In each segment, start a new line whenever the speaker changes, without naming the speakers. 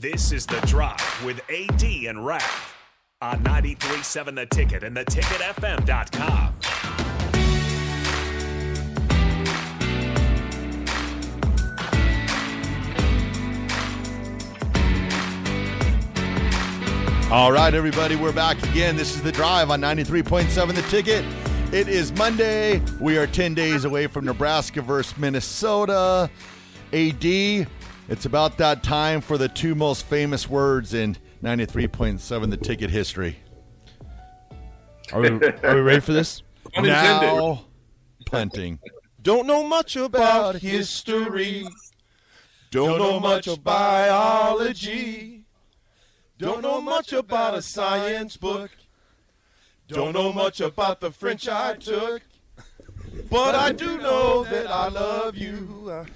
This is The Drive with AD and Raf on 93.7 The Ticket and theticketfm.com.
All right, everybody, we're back again. This is The Drive on 93.7 The Ticket. It is Monday. We are 10 days away from Nebraska versus Minnesota. AD, it's about that time for the two most famous words in 93.7 The Ticket history.
Are we, are we ready for this?
Unintended.
Now, punting.
Don't know much about history. Don't know much of biology. Don't know much about a science book. Don't know much about the French I took. But I do know that I love you.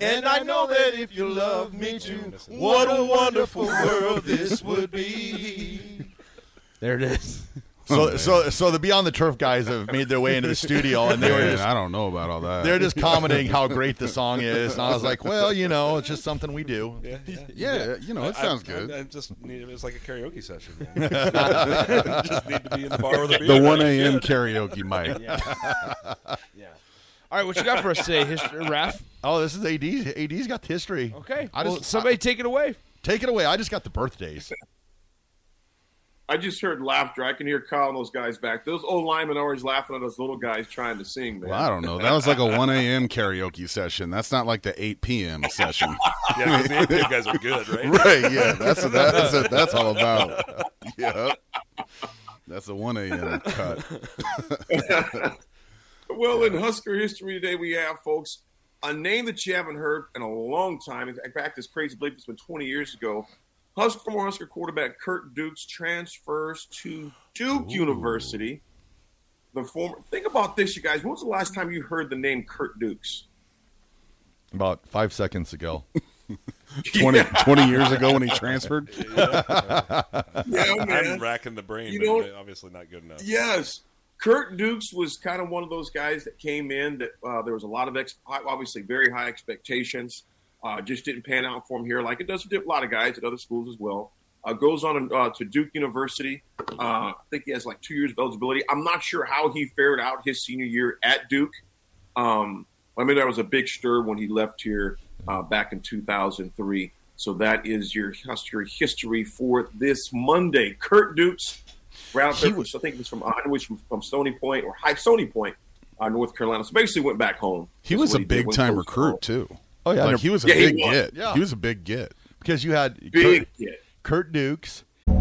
And I know that if you love me too, what a wonderful world this would be. There it is.
So, so, so the Beyond the Turf guys have made their way into the studio, and they were
Man,
just
I don't know about all that.
they're just commenting how great the song is. And I was like, well, you know, it's just something we do.
yeah, you know, it sounds good.
I, I just need it's like a karaoke session. Man. just need to be in the bar with a beer.
the 1 a.m. karaoke mic.
All right, what you got for us today, history, Raph? Oh.
Oh, this is AD. AD's got the history.
Okay.
I
well,
just-
somebody take it away.
Take it away. I just got the birthdays.
I just heard laughter. I can hear Kyle and those guys back. Those old linemen always laughing at those little guys trying to sing, man.
Well, I don't know. That was like a 1 a.m. karaoke session. That's not like the 8 p.m. session.
Yeah, 'cause the NBA guys are good, right?
right? Yeah, that's what that- that's what that's all about. Yeah, that's a 1 a.m. cut.
Well, in Husker history today, we have folks a name that you haven't heard in a long time. In fact, it's crazy. to believe it's been 20 years ago. Husker former Husker quarterback Kurt Dukes transfers to Duke University. The former. Think about this, you guys. When was the last time you heard the name Kurt Dukes?
About five seconds ago.
20, 20 years ago when he transferred.
Yeah,
I'm racking the brain,
You
but
don't-
I'm obviously not good enough.
Yes. Kurt Dukes was kind of one of those guys that came in that uh, there was a lot of ex- obviously very high expectations. Uh, just didn't pan out for him here, like it does with a lot of guys at other schools as well. Uh, goes on uh, to Duke University. Uh, I think he has like two years of eligibility. I'm not sure how he fared out his senior year at Duke. Um, I mean, there was a big stir when he left here uh, back in 2003. So that is your Husker history for this Monday. Kurt Dukes, right out there, I think it was from I know it was from, from Stony Point or High Stony Point, uh, North Carolina. So basically, went back home.
He
That's
was
what
a
he did
big
when he
time
was
recruit too.
Oh, yeah,
like
they're-
he was a
yeah, he
big
was.
get.
Yeah.
He was a big get.
Because you had
Big
Kurt,
kid.
Kurt Dukes.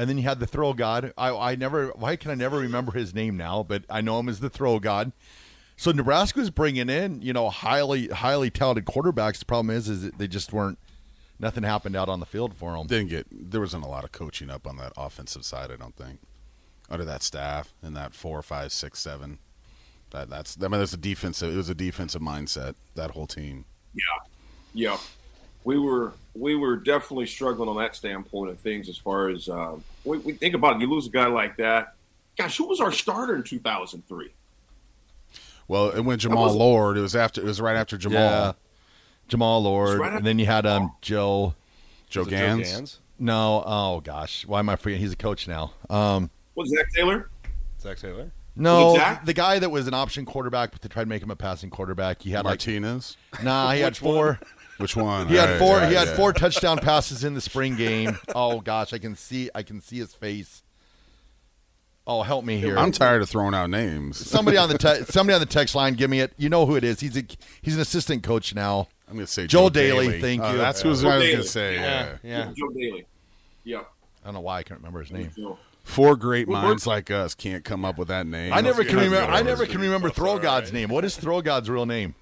And then you had the Throw God. I, I never, why can I never remember his name now? But I know him as the Throw God. So Nebraska was bringing in, you know, highly, highly talented quarterbacks. The problem is, is that they just weren't, nothing happened out on the field for them.
Didn't get there wasn't a lot of coaching up on that offensive side. I don't think under that staff and that four, five, six, seven. That that's I mean that's a defensive. It was a defensive mindset that whole team.
Yeah. we were we were definitely struggling on that standpoint of things as far as um, we, we think about it. You lose a guy like that. Gosh, who was our starter in 2003?
Well, it went Jamal
wasn't-
Lord. It was after. It was right after Jamal.
Yeah. Jamal Lord,
right up-
and then you had um Joe.
Joe
Was it Joe
Gans.
Gans?
No, oh gosh, why am I forgetting? He's a coach now. Um,
Was Zach Taylor?
Zach Taylor.
no,
Zach?
the guy that was an option quarterback, but they tried to make him a passing quarterback. He had like
Martinez.
nah, he had four.
Which one?
He had
Right,
four.
right,
he had
yeah.
four touchdown passes in the spring game. Oh gosh, I can see. I can see his face. Oh, help me here.
I'm tired of throwing out names.
somebody on the te- somebody on the text line, give me it. You know who it is. He's a he's an assistant coach now.
I'm gonna say
Joel
Joe
Daly,
Daly.
thank
Oh,
you.
That's who I was gonna
Daly.
say. Yeah.
yeah.
Joe Daly. Yep.
I don't know why I can't remember his name.
Joe.
Four great minds like us can't come up with that name.
I never can
Yeah.
remember. I never can remember Throw God's name. What is Throw God's real name?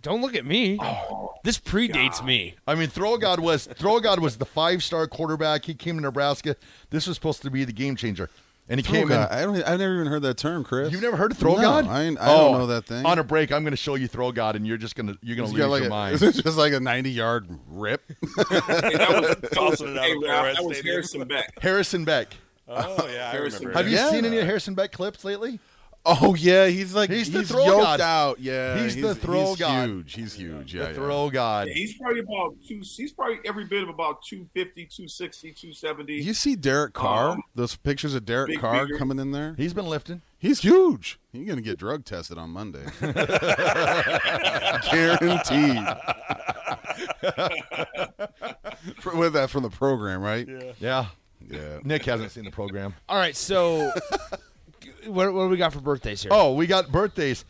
Don't look at me.
Oh,
this predates me.
I mean, Throgod was Throgod was the five star quarterback. He came to Nebraska. This was supposed to be the game changer, and he
Throw
came
Oh, God.
in.
I don't. I never even heard that term, Chris.
You've never heard of Throgod?
No, I, ain't- I
Oh,
don't know that thing.
On a break, I'm going to show you Throgod, and you're just going to you're going
He's
to
got
lose
like
your
a-
mind.
it's just like a 90 yard rip.
Hey, that was,
Tossing it out
hey,
of there,
Ralph,
Red
that was
Stadium.
Harrison Beck.
Harrison Beck.
Oh yeah, I
Harrison
remember.
Have you
Yeah.
seen any of Harrison Beck clips lately?
Oh yeah, he's like
He's
he's,
the throw
throw yoked
God.
out. Yeah,
He's the throw
he's
God.
Huge. He's huge. Yeah,
the
yeah.
Yeah,
Throgod.
he's probably about two. He's probably every bit of about 250, 260, 270.
You see Derek Carr?
Um,
Those pictures of Derek
big
Carr
figure.
coming in there.
He's been lifting.
He's huge. He's gonna get drug tested on Monday. Guaranteed. Fr- With that from the program, right? Yeah.
Yeah.
Yeah.
Nick hasn't seen the program.
All right, so what, what do we got for birthdays here?
Oh, we got birthdays.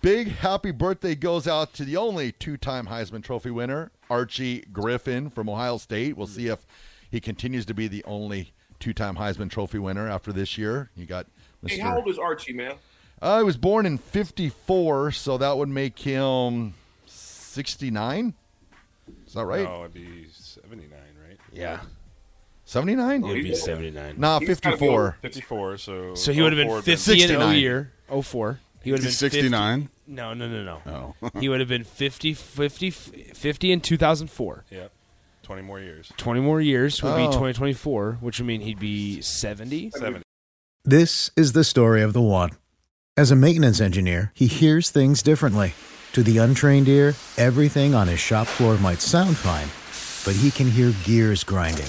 Big happy birthday goes out to the only two time Heisman Trophy winner, Archie Griffin from Ohio State. We'll see if he continues to be the only two time Heisman Trophy winner after this year. You got Mr.
hey, how old is Archie, man?
I was born in 54, so that would make him 69. Is that right?
No, it'd be 79, right?
yeah,
79?
it'd be
he's-
seventy nine.
Nah,
He's gotta be
54.
54. So
So he would have
04
Oh,
been
would've
fifty in 0
69.
year. 04. He would have been
He's 69.
50 No, no, no, no.
Oh.
he would have been 50, 50, 50 in 2004.
Yep. 20 more years.
20 more years would be
Oh.
2024, which would mean he'd be 70.
This is the story of the one. As a maintenance engineer, he hears things differently. To the untrained ear, everything on his shop floor might sound fine, but he can hear gears grinding